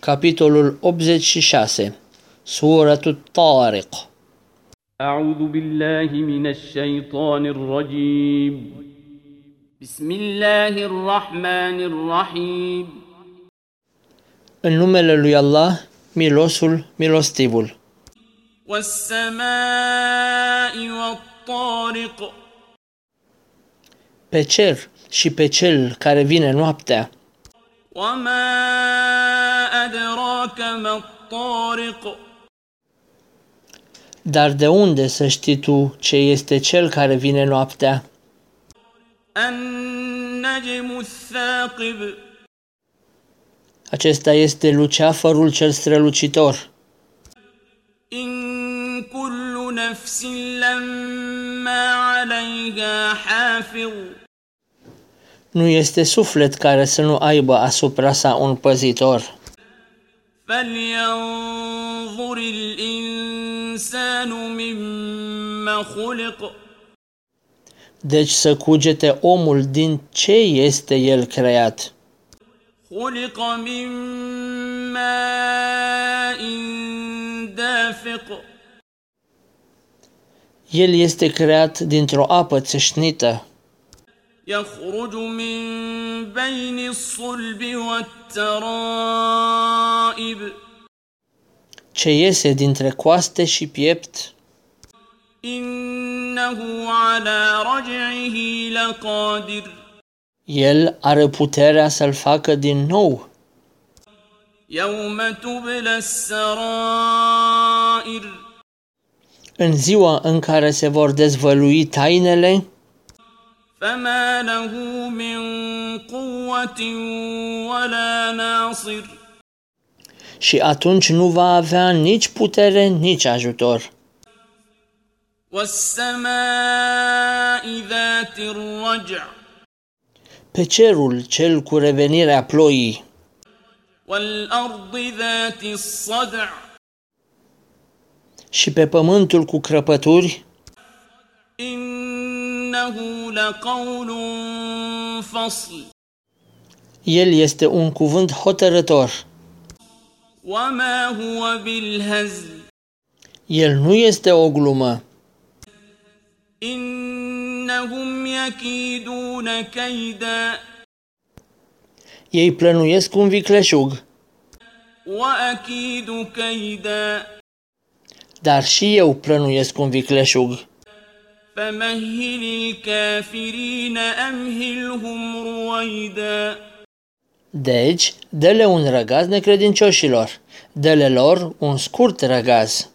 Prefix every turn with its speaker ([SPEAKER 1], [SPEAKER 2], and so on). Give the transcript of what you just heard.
[SPEAKER 1] Capitolul 86 Suratul Tariq
[SPEAKER 2] أعوذ بالله من الشيطان الرجيم بسم الله الرحمن الرحيم
[SPEAKER 1] În numele lui Allah, milosul, milostivul.
[SPEAKER 2] والسماء والطارق
[SPEAKER 1] Pe cer și pe cel care vine noaptea.
[SPEAKER 2] وما أدراك ما الطارق
[SPEAKER 1] Dar de unde să știi tu ce este cel care vine noaptea?
[SPEAKER 2] النجم الثاقب
[SPEAKER 1] Acesta este luceafărul cel strălucitor.
[SPEAKER 2] إن كل نفس لما عليها حافظ
[SPEAKER 1] Nu este suflet care să nu aibă asupra sa un păzitor.
[SPEAKER 2] فلينظر الإنسان مما خلق
[SPEAKER 1] Deci să cugete omul din ce este el creat.
[SPEAKER 2] خلق من ماء دافق
[SPEAKER 1] El este creat dintr-o apă țâșnită,
[SPEAKER 2] يخرج من بين الصلب والترائب
[SPEAKER 1] ce iese dintre coaste și piept.
[SPEAKER 2] إنه على رجعه لقادر
[SPEAKER 1] El are puterea să-l facă din nou,
[SPEAKER 2] يوم تبلى السرائر
[SPEAKER 1] în ziua în care se vor dezvălui tainele,
[SPEAKER 2] فما له من قوة ولا ناصر
[SPEAKER 1] și atunci nu va avea nici putere, nici ajutor.
[SPEAKER 2] والسماء ذات الرجع
[SPEAKER 1] Pe cerul cel cu revenirea ploii
[SPEAKER 2] والأرض ذات الصدع
[SPEAKER 1] și pe pământul cu crăpături,
[SPEAKER 2] إنه لقول فصل
[SPEAKER 1] el este un cuvânt hotărător.
[SPEAKER 2] وما هو بالهزل
[SPEAKER 1] El nu este o glumă.
[SPEAKER 2] إنهم يكيدون كيدا
[SPEAKER 1] Ei plănuiesc un vicleșug,
[SPEAKER 2] وأكيد كيدا
[SPEAKER 1] dar și eu plănuiesc un vicleșug.
[SPEAKER 2] فمهل الكافرين أمهلهم رويدا
[SPEAKER 1] Deci, dă-le un răgaz necredincioșilor, dă-le lor un scurt răgaz.